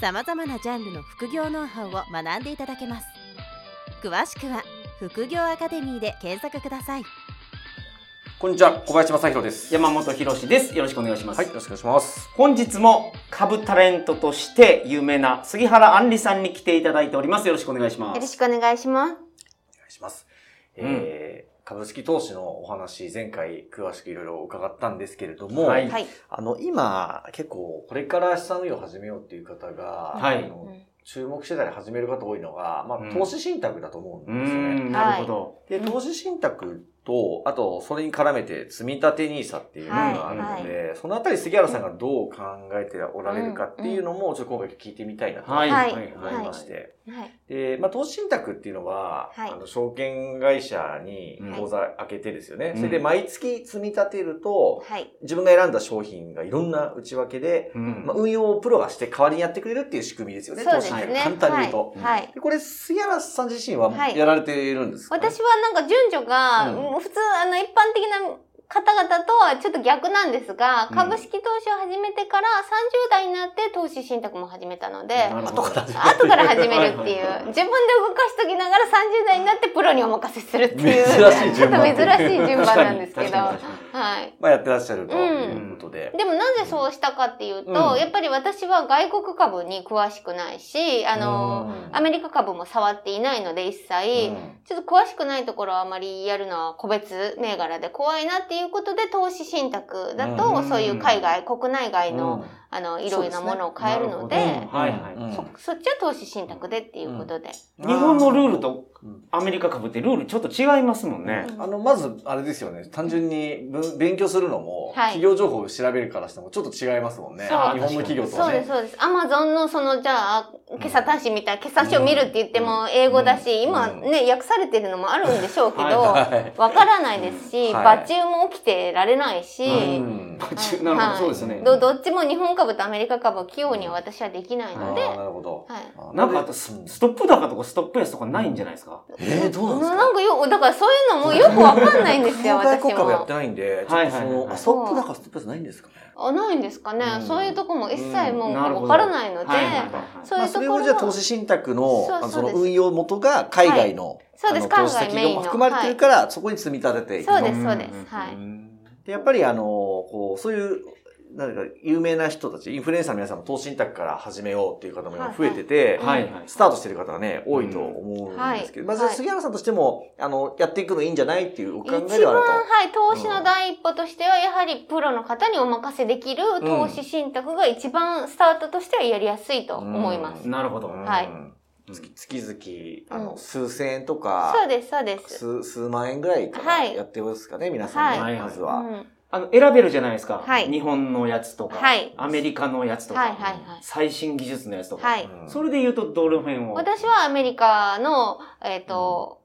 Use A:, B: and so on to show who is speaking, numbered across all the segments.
A: さまざまなジャンルの副業ノウハウを学んでいただけます詳しくは副業アカデミーで検索ください
B: こんにちは、小林正宏です。
C: 山本博史です。よろしくお願いします。
B: はい、よろしくお願いします。
C: 本日も株タレントとして有名な杉原杏里さんに来ていただいております。よろしくお願いしま
D: よろ
C: す。
D: しくお願いします。
B: お願いします。えー株式投資のお話、前回詳しくいろいろ伺ったんですけれども、
C: はい
D: はい。
B: あの、今、結構、これから資産運用を始めようっていう方が、
C: はい
B: あの注目してたり始める方多いのが、ま
C: うん
B: あ、投資信託だと思う
C: うん
B: ですよね。
C: ん、なるほど。
B: で、投資信託と、あと、それに絡めて、積み立て NISA っていうのがあるので、そのあたり杉原さんがどう考えておられるかっていうのも、ちょっと今回聞いてみたいなと思
C: はいい、
D: はい
B: いまして。
D: はい。
B: で、まあ、投資信託っていうのは、
D: はい
B: あの証券会社に
C: うん
B: 口座開けてですよね、
C: うん
B: それで毎月積み立てると、
D: はい。
B: 自分が選んだ商品がいろんな内訳で、
C: うん
B: まあ、運用をプロがして代わりにやってくれるっていう仕組みですよね、
D: そう
B: 投
D: で
B: 資信
D: す
B: 託。
D: ね。
B: 簡単に言うと。
D: はいはい。
B: でこれ、杉原さん自身は
D: はい
B: やられているんですか、ね
D: 私はなんか順序が、
B: う
D: 普通、あの、一般的な方々とはちょっと逆なんですが
C: う、ん
D: 株式投資を始めてから30代になって投資信託も始めたので、
C: なる
B: 後
C: ほど
B: から始め
D: 後から
C: はいはい
D: 始めるっていう
C: はいはい、
D: 自分で動かしときながら30代になってプロにお任せするっていう、
B: 珍しい
D: ちょ
B: 順
D: っと
B: 番
D: 珍しい順番なんですけ
C: 確
D: ど、
C: かに
D: は
C: 確かに確か
D: い。
B: まあ、やってらっしゃると
D: うん
B: いうことで。
D: でもなぜそうしたかっていうと、
B: うん
D: やっぱり私は外国株に詳しくないし、あの、
B: うん
D: アメリカ株も触っていないので一切、
B: うん
D: ちょっと詳しくないところはあまりやるのは個別銘柄で怖いなっていうことで投資信託だと、
C: うん
D: そういう海外、国内外の、
B: うん
D: あの、いろいろなものを買える
C: そう
D: ので、
C: ですねはいはい
B: うん
D: そそっちは投資信託でっていうことで。
C: に日本のルールとアメリカ株ってルールちょっと違いますもんね。
D: うん
B: あの、まず、あれですよね。単純にぶ勉強するのも、
D: はい
B: 企業情報を調べるからしてもちょっと違いますもんね。日
D: そう
B: 本の企業と
D: そ
B: は
D: うです、
B: ね。
D: そうです。アマゾンのその、じゃあ、決算端子みたいな、決算書を見るって言っても英語だし、
B: うん
D: 今ね、訳されてるのもあるんでしょうけど、
C: は
B: はい
D: わからないですし、
B: はい
D: バチューも起きてられないし、
C: う
B: うん
D: い
C: なるほ
D: は
C: ど、
D: い
C: そうですね。
D: どどっちも日本株とアメリカ株を器用には私はできない
B: あ
D: の
B: ー
D: で、
B: なるほど。
D: はい。
B: あー
C: なんかあ
B: で
C: とスストップ高とかストップ安とかないんじゃないですか。
B: えー、どうなんです
D: な
B: か
D: なんかよ、だからそういうのもよくわかんないんですよ、
B: 僕も外
D: 私
B: 国株やっ
D: も
B: て。ないんで、ちょ
C: は
B: っ
C: い
B: と
C: は
B: そ
C: いはい
B: の、あストップだかストップじゃないんですかね。
D: あ、ないんですかね、
B: うん
D: そういうとこも一切もう
C: なるほ
D: わ
C: ど
D: からないので、
C: はいはいはいはい
D: そう
B: まあ、
D: いうと
B: そ
D: こ
B: れ
D: ろ
B: は
D: も
B: じゃあ投資信託の
D: そう
B: あのそ
D: そう
B: の
D: です
B: 運用元が海外の,、
D: そうです
B: あの投資
D: 海外
B: 先
D: メイ
B: も
D: ンの
B: 含まれてるから、そこに積み立てていく
D: そう
B: と
D: です、そうで
C: うん
D: す。はい。
B: でやっぱりあのこうそういうなんか有名な人たちインフルエンサーの皆さんも投資信託から始めようっていう方も今増えてて、
C: はいはい。
B: スタートしてる方がね多いと思うんですけど、
D: は
B: ま
D: い
B: ず
D: はい
B: 杉原さんとしてもあのやっていくのいいんじゃないっていうお考
D: 一
B: えでは
D: 番、
B: ある
D: はい、投資の第一歩としては、やはりプロの方にお任せできる投資信託が一番スタートとしてはやりやすいと思います。
B: うん
C: なるほど。
B: と。うん
D: はい
B: 月月々あ
D: う
B: の
D: ん
B: 数千円とか、
D: そうです、そうです。
B: 数数万円ぐらいから
D: はい
B: やってますかね、皆さんね、
C: はい
B: まず
D: う
B: は。
D: ん、はい、
C: あの、選べるじゃないですか。
D: はい
C: 日本のやつとか、
D: はい
C: アメリカのやつとか、
D: はい、はい。
C: 最新技術のやつとか。
D: はい。
B: うん
C: それで言うと、どの辺を
D: 私はアメリカの、えっ、と、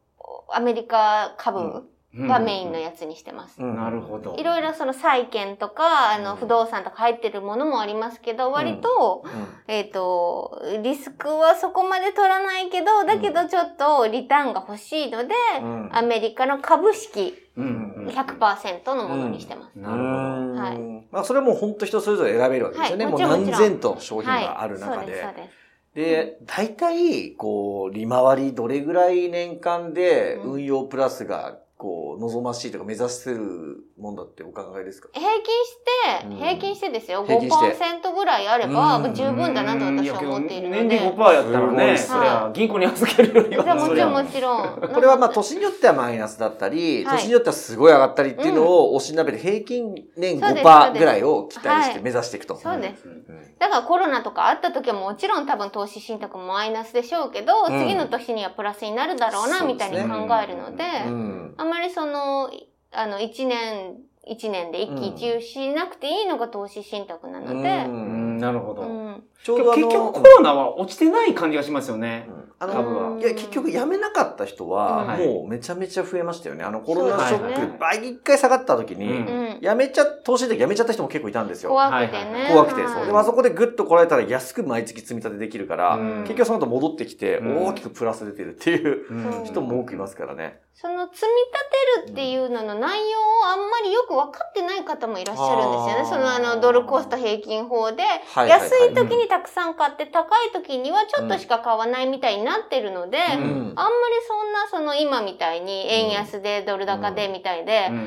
D: アメリカ株がメインの
C: や
D: やつにしてます。
B: うん
C: なるほど。
D: いろいろその債券とか、あ
B: う
D: の、
B: ん
D: 不動産とか入ってるものもありますけど、割と、えっ、と、リスクはそこまで取らないけど、だけどちょっとリターンが欲しいので、
B: うん
D: アメリカの株式
C: うんうん。
D: 100%のものにしてます。
C: なる
B: うーん
D: はい
B: まあ、それはもう本当人それぞれ選べるわけですよね。
D: はい
B: も
D: も
B: う
D: ちろん
B: 何千と商品がある
D: そ
B: 中
D: う
B: で。
D: です、そうです。
B: で、大体、こう、利回りどれぐらい年間で
D: うん
B: 運用プラスが、こう、望ましいとか目指してるもんだってお考えですか
D: 平均して、
B: うん
D: 平均してですよ、
B: 平均して
D: 5%ぐらいあれば
B: うん
D: 十分だなと私は思っているの
C: 年
D: で。
C: 利5%やった
B: す
C: ら
B: ごいで
C: ね、
B: す
C: そりゃ銀行に預けるより
D: じゃあ
C: は、
D: も
C: そ
D: ち
C: り
D: ろん
C: ゃ
D: もちろん。
B: これはまあ年によってはマイナスだったり、
D: はい
B: 年によってはすごい上がったりっていうのを押しなべて平均年
D: そうですそう
B: 5%
D: です
B: ぐらいを期待し
D: は
B: て
D: い
B: 目指していくと。
D: そうです。
B: うん
D: だからコロナとかあった時はもちろん多分投資信託もマイナスでしょうけど、
B: うん
D: 次の年にはプラスになるだろうな、
B: そう
D: み
B: で
D: た
B: す
D: い
B: ね
D: に考えるので、
B: うん
D: あまりその、あの、1年、一年で一喜一憂しなくていいのが投資信託なので、
C: う
B: うん
C: ん、なるほ
D: う
C: ど。
D: ん。
B: ちょうどあ
C: 結
B: の
C: 局コロナは落ちてない感じがしますよね。
B: うんあ
C: 株
B: の、
C: はい
B: や、結局辞めなかった人は、
C: うん
B: もうめちゃめちゃ増えましたよね。あの、コロナショ
C: そうです
B: ッ
D: ね
B: ク、倍一回下がった時
C: う
B: に
D: う、ん、
B: 辞めちゃ、投資で辞めちゃった人も結構いたんですよ。
D: 怖くてね。
B: 怖くて、そう。
D: はい
B: でもあそこでグッとこらえたら安く毎月積み立てできるから、
C: うん
B: 結局その後戻ってきて、
C: うん
B: 大きくプラス出てるっていう
C: う
D: うん
B: 人も多くいますからね。
D: その積み立てるっていうのの内容をあんまりよく分かってない方もいらっしゃるんですよ
C: あー
D: ね。そのあのドルコスト平均法で、
B: はい
D: 安い時にたくさん買って高い時にはちょっとしか買わないみたいになってるので、
C: う
B: う
C: に
B: ん
D: あん。まりそんなその今みたいに円安でドル高でみたいで、
C: う
B: うん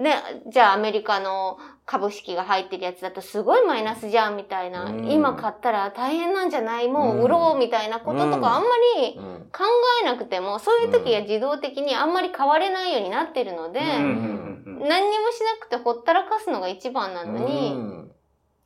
B: ん
D: ね、じゃあアメリカの株式が入ってるやつだとすごいマイナスじゃんみたいな、
B: うん
D: 今買ったら大変なんじゃないもう売ろうみたいなことと
B: うん
D: かあんまり
B: うん
D: 考えなくてもそういう時は自動的にあんまり変われないようになってるので、
C: うんうんうんうん
D: 何にもしなくてほったらかすのが一番なのに、
B: うん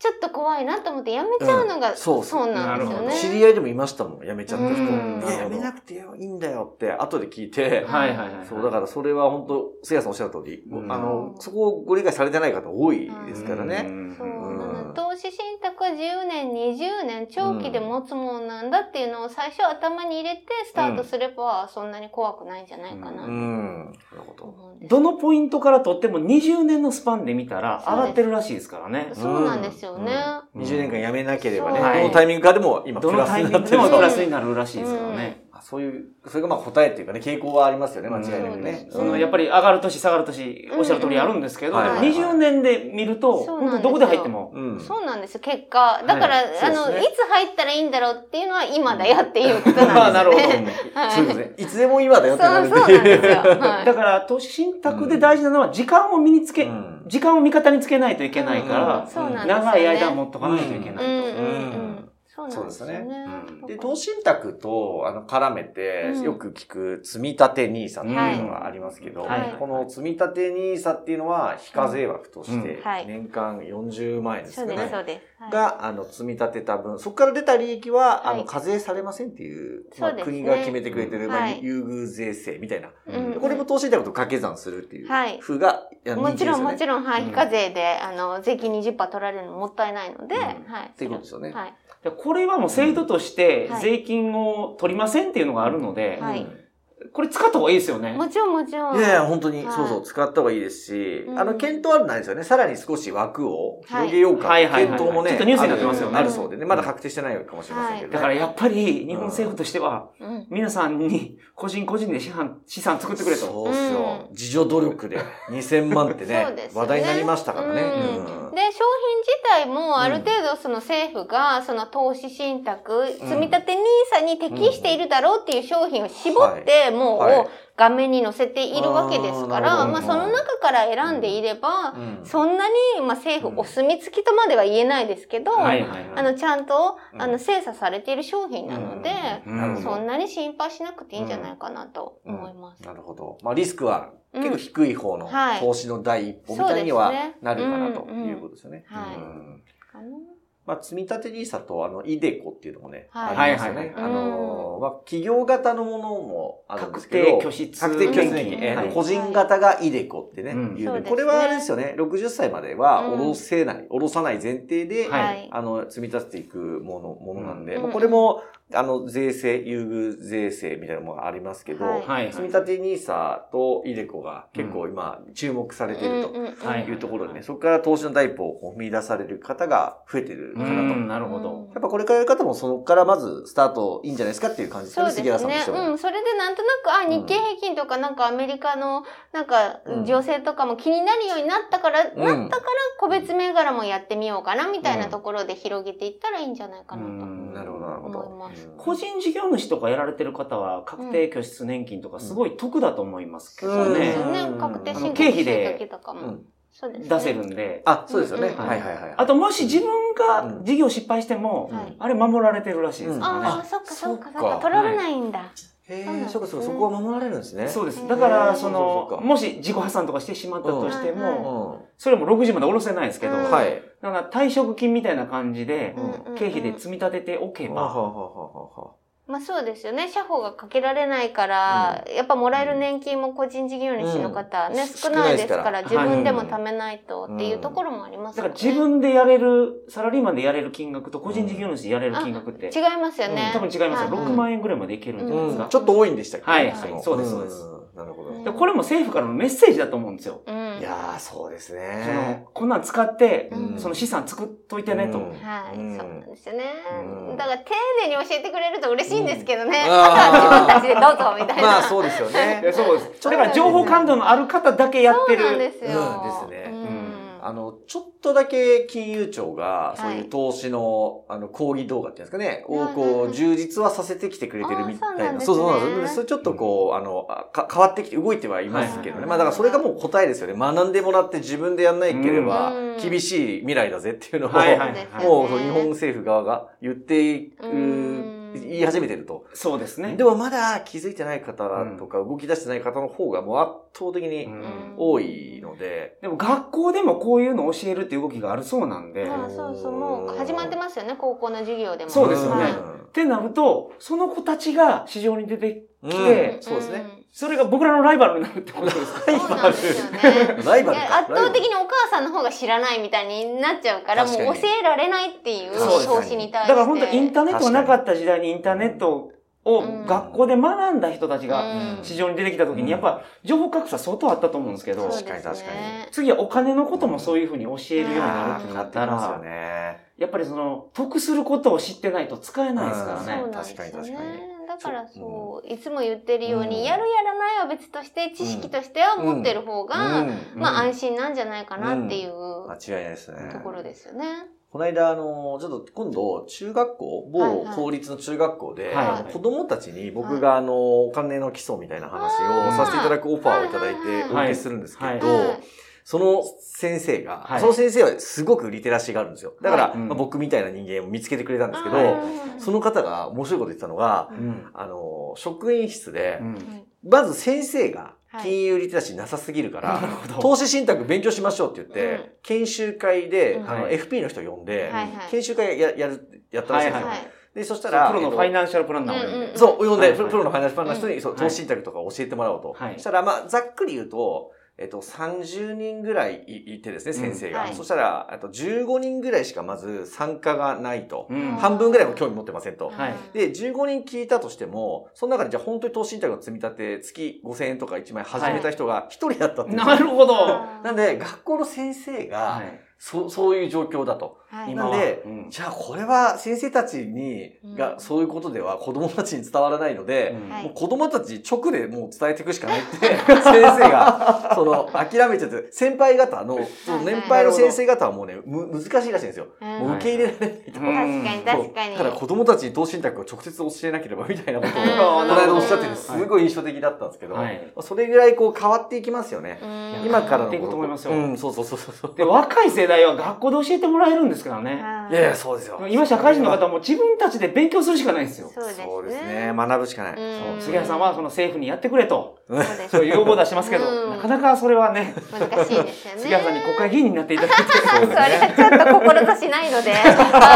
D: ちょっと怖いなと思ってやめちゃうのが、
B: うんそ
D: そうう
B: そう
D: なんです
C: な
D: よ
C: るほど
D: ね。
B: 知り合いでもいましたもん、辞めちゃった人。
D: うん
B: いや辞めなくてよいいんだよって、後で聞いて、
C: はいはいはい。
B: そう、だからそれは本当、せいやさんおっしゃる通り、
C: うん
B: あの、そこをご理解されてない方多いですから
C: う
B: ね。
C: ん
D: そう
B: うん
D: なの投資信託は10年20年長期で持つもんなんだっていうのを最初頭に入れてスタートすればそんなに怖くないんじゃないか
B: う
D: なと
B: ん。なるほど。
D: 思うんです、
C: どのポイントからとっても20年のスパンで見たら
D: そう
C: 上
D: です
C: がってるらしいですからね。
D: そうなんですよね、
C: うん
B: 20年間辞めなければね、
D: そう
B: どのタイミングかでも今、プ
C: どの
B: ラス
C: タイ
B: に
C: ミ
B: な
C: ン
B: っ
C: グ
B: てる
C: でも
B: か
C: プ
B: ら
C: ラスになるらしいですからね。
B: あそういう、それがまあ答えっていうかね、傾向はありますよね、間違いなくね。
D: うん
C: そのやっぱり上がる年下がる年おっしゃる通りあるんですけど、
B: うんうんはい
C: 20年で見ると、
D: そうなんですよ
C: どこで入っても。
B: うん
D: そうなんですよ結果だから、
C: はい
B: そうです
D: あ
B: ね
D: のいつ入ったらいいんだろうっていうのは今だよっていうこと なんです、
C: まあなるほ ど。
D: はい
B: そうですね。いつでも今だよってな
D: そう
B: る
D: そうなんですよ、はい
C: だから投資信託で大事なのは時間を身につけ、
B: うん
C: 時間を味方につけないといけないから、
D: そうなんですよね
C: 長い間持っとかないといけない。
D: うんうん
B: う
D: うんんそうなんですよね
C: うん
B: で、投資信託とあの絡めて
D: う、ん
B: よく聞く積み立て NISA っていうのがありますけど、
C: はい
D: はい
B: この積み立て NISA っていうのは、非課税枠とし
C: う
B: て
D: んはい、
B: 年間40万円ですか
D: そう
B: ね。
D: ですそうです、はい
B: が、あの、積み立てた分、そこから出た利益は、
D: はい
B: あの、課税されませんっていう、まあ
D: そうですね
B: 国が決めてくれてる、まあ、
D: はい
B: 優遇税制みたいな。
D: うん
B: これも投資信託と掛け算するっていう
D: はい
B: 風が、いや
D: もちろん、もち
B: ん。
D: ろん、はい、
C: うん
D: 非課税で、あの、税金20%取られるのもったいないので、
B: うん
D: はい。
B: っていうことですよね
D: はい。
C: でこれはもう制度として
D: はい
C: 税金を取りませんっていうのがあるので、
D: はい
C: これ使った方がいいですよね。
D: もちろん、もちろん。
B: いやいや、本当に、
D: はい
B: そうそう、使った方がいいですし、
D: うん
B: あの、検討あるないですよね。さらに少し枠を広げようか。
C: はいはいはいはい
B: 検討もね、
C: ちょっとニュースになってますよね
B: あるそうでね。まだ確定してないかもしれませんけどね。
C: だからやっぱり日本政府としては、
D: うん。
C: 皆さんに個人個人で資産資産作ってくれと。
B: そうそう。自助努力で2000万って
D: そう
B: ね
D: です、よね
B: 話題になりましたからね。
D: うん
B: うん
D: で、商品自体も、ある程度、その政府が、その投資信託、積み立て NISA に適しているだろうっていう商品を絞って、もう、
B: はい
D: 画面に載せているわけですか
B: あ
D: ら、
B: ーな
D: ま
B: るほ
D: あ、そ
B: ど
D: の中から選んでいれば、
B: うん
D: そんなに、まあ、政府お墨付きとまでは言えないですけど、
C: はいはい
D: あ
C: はい。
D: の、ちゃんと、あ
B: うん
D: の、精査されている商品なので、
B: うんなるほど
D: そんなに心配しなくていいんじゃないかなと思います。
B: なるほど。まあ、リスクは
D: うん
B: 結構低い方の
D: はい
B: 投資の第一歩みたいにはなるかなということですよね。
D: うんうんはい
B: うん
D: かな
B: まあ、積立 NISA とあの、イデコっていうのもね、
D: はい
B: ありますよね。
D: はい
B: あのー、まあ、企業型のものもあるんで
C: 確
B: すけど、
C: 定拠出
B: 確定拠出年金
C: 年金
B: えー
C: はい
B: 個人型がイデコってね、
C: うん
B: いう
D: そう
B: ね
D: ですね
B: これはあれですよね、60歳までは
D: うん
B: 下ろせない、下ろさない前提で、
C: はい
D: はい。
B: あの、積み立てていくもの、ものなんで、
D: うん
B: まあこれも、あの、税制、優遇税制みたいなものがありますけど、
D: はい
C: はいはい
B: 積み立て NISA とイデコが結構今注目されている
D: うんうんうん
C: は
B: というところでね、そこから投資の第一歩を踏み出される方が増えてるか
C: う
B: なと。
C: んなるほど。
B: やっぱこれからやる方もそこからまずスタートいいんじゃないですかっていう感じです
D: そ
B: よ
D: う
B: ね、
D: です
B: 杉原さんと
D: ね
B: して。は。
D: うん。それでなんとなく、あ、日経平均とかなんかアメリカの、なんか
B: うん、
D: 女性とかも気になるようになったから、
B: うん
D: なったから、個別銘柄もやってみようかな、みたいなところで広げていったらいいんじゃないかな
C: う
D: と。
C: ん
B: なるほど、なるほ
D: 思います
B: ど。
C: 個人事業主とかやられてる方は確定拠出年金とかすごい得だと思いますけ
D: そ
C: ど
D: うで
C: ね
D: すよ。
B: うん
D: ね。確定申
C: あの
D: 告
C: 経費
D: し
C: で
D: た時とか
B: う
D: も。
B: ん
D: そうですね
C: 出せるんで。
B: あ、そうですよね。
D: うん
C: うん
B: はいはいはい。
C: あともし自分が
B: うん
C: 事業失敗しても、
D: はい
C: あれ守られてるらしいですからね。
D: ああ、そっかそっかそっ
B: そっか
D: か。取られないんだ。
B: へえ、
D: そうなんです
B: そうかそうか、そこは守られるんですね。
C: そううで
D: う
C: す。
D: ん
C: だから、そ
B: そう
C: の、
B: か
C: もし自己破産とかしてしまったとして
B: う
D: うん
C: も、
B: ん。
C: それも6時まで下ろせないですけど、
D: うん
C: だか
B: はい。
C: ら退職金みたいな感じで
B: う、ん
D: うんうんうん
C: 経費で積み立てておけ
B: ははは
C: ば、
B: ははは
D: まあそうですよね。社保がかけられないから、やっぱもらえる年金も個人事業主の方ね、
B: うん
D: 少ないですから、
B: 少ないです
D: 自
C: から
D: 分でも貯めないとっていうところもあります
C: だ
D: よ
C: か
D: ね。
C: ら自分でやれる、サラリーマンでやれる金額と個人事業主でやれる金額って、
D: 違いますよね。
C: 多分違いますよ。
D: はは
C: 6万円ぐらいまでいけるんじゃないです
B: う
C: か
B: ん。ちょっと多いんでしたっけ
C: はい
D: はい
B: の
C: そうですそうです
B: んなるほど。
D: うん
C: でこれも政府からのメッセージだと思うんですよ。
D: うん。
B: いやー、そうです
C: その
B: ね。
C: こんなん使って、
D: うん
C: その資産作っといてねと。
B: うん
D: はい、
B: うん
D: そうなんですよね、
B: うん
D: だから丁寧に教えてくれると嬉しいんですけどね、
B: うん
D: あとは自 分たちでどうぞみたいな、
B: まあ、そうですよ
C: いや
B: ね。
C: そうです。だから情報感度のある方だけやってる。
D: そうなんですよ、
B: うんですね
D: うん
B: あの、ちょっとだけ金融庁が
D: は、い
B: そういう投資の、あの、講義動画っていうんですかね、
D: うんうん
B: をこう、充実はさせてきてくれてるみたいな。
D: あー
B: そ
D: そうう
B: そう
D: な
B: なん
D: ん
B: で
D: ですね
B: す。それちょっとこう、あの、あか変わってきて動いてはいますけど
D: は
B: ね。
D: い
B: まあ、だからそれがもう答えですよね。学んでもらって自分でやんないければ
D: う、ん
B: 厳しい未来だぜっていうのを、
C: はいはい
B: もうそう日本政府側が言っていく、
D: うん
B: 言い始めてると。
C: そうですね。
B: でもまだ気づいてない方とか動き出してない方の方がもう圧倒的
C: う
B: に
C: ん
B: 多いので、
C: でも学校でもこういうのを教えるっていう動きがあるそうなんで。
D: ああそうそうもう始まってますよね高校の授業でも
C: そうですよね
D: はい
C: ってなると、その子たちが市場に出て、
B: うん
C: で
B: そうですね。、
C: それが僕らのライバルになるってことですか
D: うん そうなんですよね
B: ライ
D: い
B: バル
D: や
B: か。
D: 圧倒的
B: に。
D: にお母さんの方が知らないみたいになっちゃうから
B: 確かに
D: もう教えられないっていう
B: そうですね
D: 投資に対し
C: だ
D: て
C: から本当インターネットがなかった時代にイン
B: か
C: ター
B: に
C: ネットを
D: うん
C: 学校で学んだ人たちが
D: うん
C: 市場に出てきた時
B: うん
C: にやっぱ情報格差相当あったと思うんですけ
D: そう
C: ど
D: で、す
B: 確かに確かに
C: 次はお金のこともそういうふうに教えるようになるってな
B: な
C: っ
B: って
C: た
B: きますよ
C: ら、
B: ね。
C: やっぱりその得することを知ってないと使えないですから
D: そう
C: ね。
D: なんです
B: 確かに確
D: ね
B: かに。
D: だからそう、いつも言ってるように、
B: うん
D: やるやらないは別として、知識としては持ってる方が、
B: うん
D: まあ
C: うん
D: 安心なんじゃないかなっていう
B: 間
D: と
B: 違いないですね。
D: ころですよね。
B: この間、あの、ちょっと今度、中学校、
D: はい
B: 某
D: はい
B: 公立の中学校で、
C: はい
B: あの子供たちに僕が、あの、お金の基礎みたいな話を
C: あー
B: させていただくオファーをいただい
D: はいはい
B: て
D: は
B: お
C: い
B: 受けするんですけ
C: はい
B: ど、その先生が、
C: はい
B: その先生はすごくリテラシーがあるんですよ。だから、
C: はいうん
B: まあ僕みたいな人間を見つけてくれたんですけど、
C: はい
B: その方が面白いこと言ってたのが、
D: う
C: うん
B: あの、職員室で、
C: うん
B: まず先生が
D: はい
B: 金融リテラシーなさすぎるから、
C: なるほど。
B: 投資信託勉強しましょうって言って、
D: うん
B: 研修会で、
D: うん
B: あの
C: はい
B: FP の人呼んで、
D: はいはい
B: 研修会ややる、やったらしいんですよ。
D: は。
C: はい
B: で、そしたら、
C: プロのファイナンシャルプランナーを
D: うんうん
C: 呼ん
B: え
C: で
B: っとそう、呼んで、
C: はい
B: プロプロのファイナンシャルの人に、
D: うん
B: そう
C: はい
B: 投資信託とか教えてもらおうと。
C: はい
B: そしたら、まあ、ざっくり言うと、えっと、30人ぐらいいいてですね、先生が。
D: うんはい
B: そしたら、あと15人ぐらいしかまず参加がないと。
C: うん
B: 半分ぐらいも興味持ってませんと。
C: はい
B: で、15人聞いたとしても、その中でじゃあ本当に投資信託の積み立て月5000円とか1万円始めた人が1人だったっていう。
C: なるほど。
B: なんで、学校の先生が、
C: はい
B: そそういう状況だと。
D: はい
B: 今
C: は
B: で
C: うん
B: じゃあこれは先生たちに、
D: うん
B: がそういうことでは子供たちに伝わらないので、
C: うん
D: はい
B: もう子供たち直でもう伝えていくしかないって先生 がその諦めちゃって先輩方のその年配の先生方はもうねむ難しいらしいんですよ。
D: うん
B: もう受け入れられないと。
C: はい
D: 確かに確か
B: そ
D: に。
B: うだから子供たちに投資信託を直接教えなければみたいなことを
D: うん
B: この間おっしゃって
D: う
B: て
D: ん
B: すごい印象的だったんですけど、
C: はい
B: それぐらいこう変わっていきますよね。
D: うん
B: 今からの
C: 変わっていくと思いますよ
B: うん、そうそうそうそう。
C: で、若い世代は学校で教えてもらえるんですからね。
D: はい
B: いやいや、そうですよ。
C: 今、社会人の方はもう自分たちで勉強するしかないんですよ。
D: そうですね。
B: そうですね。学ぶしかない。
D: うん
B: そう
C: 杉原さんはその政府にやってくれと、
D: そうです
C: そういう要望を出してますけ
D: う
C: ど、
D: ん
C: なかなかそれはね、
D: 難しいですよね。
C: 杉原さんに国会議員になっていた だいて、
D: それはちょっと心としないので。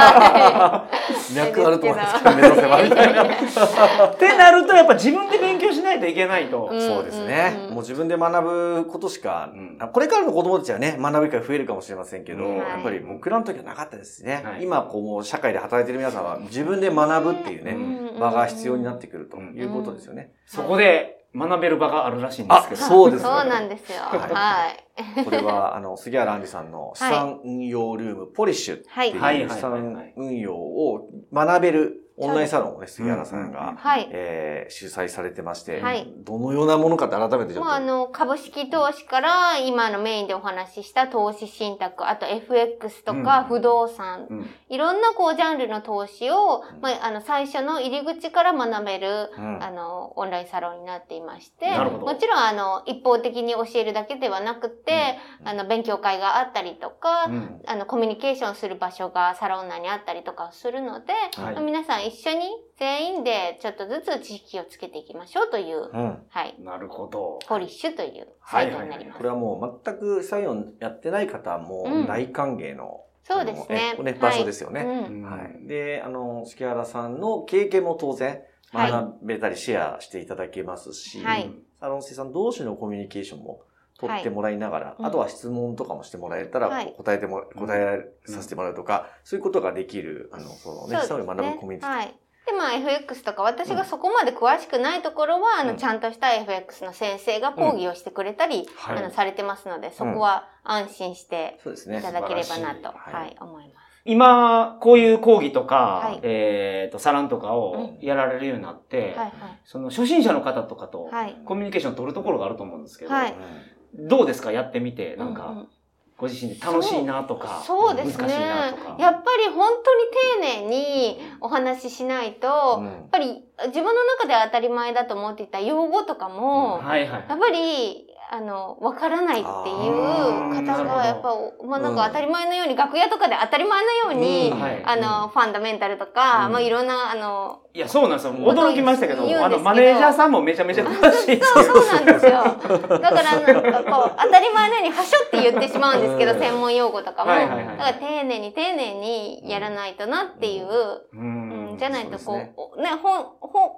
D: は
B: 脈あると思いますけど、目指せばみたいな。
C: ってなると、やっぱ自分で勉強しないといけないと
D: う。ん
B: そうですね。
D: うん
B: もう自分で学ぶことしか、
C: うん
B: あこれからの子供たちはね、学ぶ機会増えるかもしれませんけど、
C: うん
B: やっぱり僕らの時はなかったですしね。
C: はい
B: 今、こう、もう社会で働いてる皆さんは自分で学ぶっていうね、
D: うん
B: 場が必要になってくるということですよね。
C: そこで学べる場があるらしいんですけど。
B: あそう
D: い
B: です
D: そうなんですよ。
B: はい
D: はい。
B: これは、あの、杉原杏里さんの資産運用ルーム、ポリッシュって
D: はい。
C: はい
B: いう資産運用を学べるオンラインサロンをね、杉原さんが
D: はい。
B: えー主催されてまして、
D: はい
B: どのようなものかって改めてちょ
D: も
B: っ
D: う
B: と。
D: あの、株式投資から今のメインでお話しした投資信託、あと FX と
C: う
D: か
C: ん
D: 不動産、
C: うん
D: いろんなこうジャンルの投資を、
B: うん
D: まあ、あの、最初の入り口から学べる、
B: うん
D: あの、オンラインサロンになっていまして、
C: なるほど
D: もちろんあの、一方的に教えるだけではなくて、
B: うん
D: あの、勉強会があったりとか、
C: うん
D: あの、コミュニケーションする場所がサロン内にあったりとかするので、
C: はい
D: 皆さん一緒に全員でちょっとずつ知識をつけていきましょうという、
B: うん
D: はい、
C: なるほど。
D: ポリッシュというサイトになります。
B: これはもう全く作業やってない方も
D: うん
B: 大歓迎の、
D: そうですね
B: あのえ。
D: はい
B: 場所ですよ
D: う
B: ね。
D: ん
B: はい。で、あの、敷原さんの経験も当然、
D: はい
B: 学べたりシェアしていただけますし、
D: はい
B: サロン生さん同士のコミュニケーションも取ってもらいながら、
D: うん
B: あとは質問とかもしてもらえたら、
D: はい
B: こう答えてもら、答えさせてもらうとか、そういうことができる、あの、そのね、
D: そ
B: そうう
D: で
B: いう
D: す
B: 学ぶコミュニティ。
D: はい。で、まあ FX とか私がそこまで詳しくないところは、あ
B: う
D: の、
B: ん
D: ちゃんとした FX の先生が講義をしてくれたり、
B: はい
D: あの、されてますので、そこは安心して
B: そうです
D: い
B: ね。
D: ただければな
B: 素晴
D: と、
B: らし
D: はい、
B: はい。
D: 思います。
C: 今、こういう講義とか、
D: はい
C: えっ、と、サランとかをやられるようになって、
D: はい、
C: その初心者の方とかと、
D: はい。はい。
C: コミュニケーション取るところがあると思うんですけど、
D: はい
C: どうですかやってみて、なん
D: うう
C: か、ご自身で楽しいなとか、
D: そうですね。
C: 難しいな
D: やっ
C: とか。
D: ぱり本当に丁寧にお話ししないと、
B: う
D: やっ
B: ん
D: ぱり自分の中では当たり前だと思っていた用語とかも、
C: はいはい。
D: やっぱり、あの、わからないっていう
B: あ
C: ー
D: 方が、やっぱ、まあ、なんか
B: うん
D: 当たり前のように、楽屋とかで当たり前のように、
B: うん
C: はい
D: あの、 ファンダメンタルとか、
B: うん
D: まあ、いろんな、あの、
C: いや、そうなんですよ。
B: うん
C: 驚きましたけど、
D: 言うんですけど
C: あの、マネージャーさんもめちゃめちゃ詳しいです
D: そうそうなんですよ。だから、なんかこう、当たり前のように、はしょって言ってしまうんですけ
B: う
D: ど、
B: ん
D: 専門用語とかも。
C: はい
D: だ
C: はいはい
D: から、丁寧に丁寧にやらないとなっていう、
C: う
D: うん、じゃないと
B: そう
D: こ
B: ですね
D: う、ね、ほん、ほん、ここの本質を伝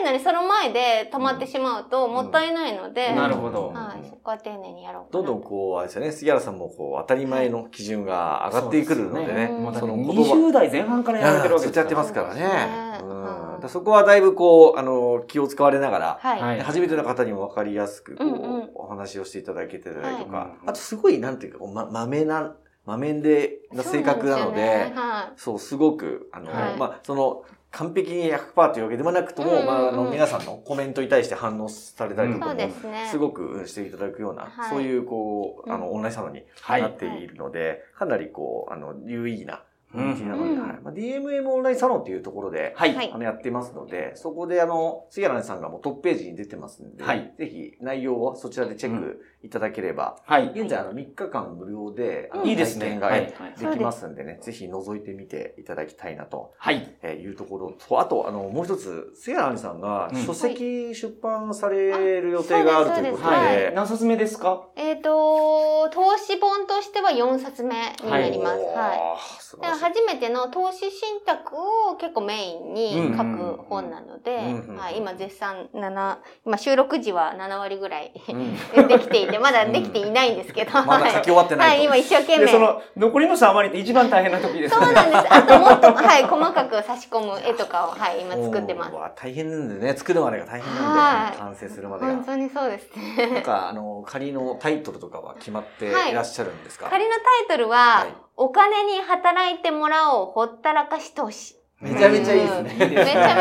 D: えたいのに、その前で止まってしまうと、もったいないので、
C: なるほど
D: はい、そこは丁寧にやろうか
B: どん
D: な
B: どんこう、あれですよね、杉原さんもこう、当たり前の基準が上がってくるのでね、
D: うん
C: もうだって
B: その言葉。
C: 20代前半からやられてるわけ
B: ず
C: で
B: っ
C: す
B: とや
C: か
B: ってま
C: ら
B: すからね。
D: そうですね
B: うん
D: うん
B: だからそこはだいぶこう、あの、気を使われながら、
D: はい。
C: はい
B: 初めての方にも分かりやすくこう、
D: うんうん
B: お話をしていただけてたりとか、
C: はい
B: あとすごいなんていうかこう、ま、まめな、まめでな性格なので、
D: そうなんすよねは
B: そう、すごく、あの、
D: はい
B: まあ、その、完璧に100%というわけではなくとも、
D: うんうんうん
B: まあ、あの、皆さんのコメントに対して反応されたりと
D: い、
B: か
D: そ
B: も、
D: うですね。
B: すごくうんしていただくような、
D: はい
B: そういう、こう、あ
D: う
B: の、
D: ん
B: オンラインサロンに
C: は
B: なっ
C: い。
B: ているので、かなりこう、あの、有意義な、
C: う
B: 感じなんので、
D: うん
B: はいまあ、DMM オンラインサロンっていうところで、
C: はい。
D: はい
B: あのやってますので、そこであの、杉原さんがもうトップページに出てますんで、
C: はい
B: ぜひ内容をそちらでチェックいただければ、
C: はい。
B: 現在あの3日間無料で、あの
C: いいです
B: 体
C: ね。
B: 験が
C: はい。
B: できますんでね、ぜひ覗いてみていただきたいなと
C: はい。
B: えーいうところと、あと、あの、もう一つ、杉原杏里さんが
C: うん
B: 書籍出版される予定があるということで、
D: あそうですそうです
C: はい。何冊目ですか
D: えっ、と、投資本としては4冊目になります。はい。
B: い。素
D: だ
B: 晴
D: からら
B: しい
D: 初めての投資信託を結構メインに書く本なので、
B: うんうんうんうん
D: はい、今絶賛7、今収録時は7割ぐらい
B: うん
D: できていて、まだできていないんですけど、
B: まだ書き終わって
D: は
B: ない
D: い、
B: と。
D: 今一生懸
C: で、
D: 命。
C: その、残りの3割って一番大変な時です
D: そう
C: よね。
D: なんです。あともっと、はい、細かく差し込む絵とかを、はい、今作ってます
B: おー。わ大変なんでね、作るまでが大変な
D: は
B: んで、
D: い
B: 完成するまで
D: 本
B: が。
D: 当にそうですね。
B: なんか、あの、仮のタイトルとかは決まって
D: はい
B: いらっしゃるんですか、
D: 仮のタイトルは、
B: はい
D: お金に働いてもらおうほったらかし投資。
B: めちゃめちゃいいです
D: めちゃ
B: ね。
D: めちゃ、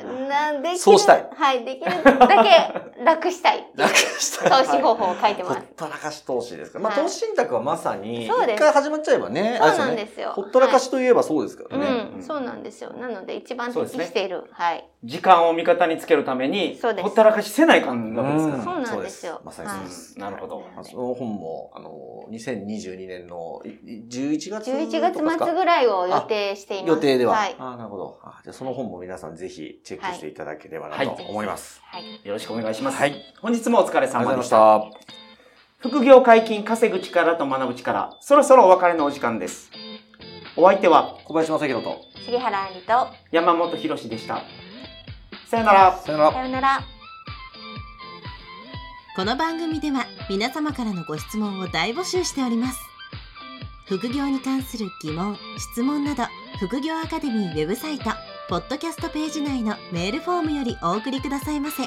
D: あの、なんできる
B: そうしたい
D: はい、できるだけ楽したい。
B: 楽した
D: 投資方法を書いて
B: ほ
D: ます
B: っ。たらかし投資ですから。まあ、
D: はい
B: 投資信託はまさに、
D: そうで
B: 一
D: す
B: 回始まっちゃえばね、
D: そう
B: あ
D: なん
B: れよ
D: で
B: ね。
D: すよ。
B: ほったらかしといえばそうですからね。
D: はい。う
C: うん
D: ん、そうなんですよ。なので、一番
C: そう
D: 適
C: ですね
D: している。はい。
C: 時間を味方につけるために、
D: そうです
C: ほったらかしせない感じなわけですか
B: うん
C: ら。
D: そうなんですよ
B: そうまさにそうです。
C: なるほど。
B: その本も、あの、2022年のいい11月とかです
D: 11
B: か
D: 月末ぐらいを予定しています。
B: 予定では。
D: はい。
B: あーなるほど。あじゃあその本も皆さんぜひチェックしていただければな
C: はい
B: と思います。
D: はい。
C: よろしくお願いします。
B: はい
C: 本日もお疲
B: あ
C: れ
B: りが
C: 様
B: とうご
C: で
B: ざ
C: し
B: い
C: た。
B: ました。
C: 副業解禁稼ぐ力と学ぶ力、そろそろお別れのお時間です。お相手は
B: 小林正宏と。
D: 杉原愛理と、
C: 山本博史でした。さよなら。
B: さよなら
D: さ。ようなら。
A: この番組では皆様からのご質問を大募集しております副業に関する疑問・質問など副業アカデミーウェブサイトポッドキャストページ内のメールフォームよりお送りくださいませ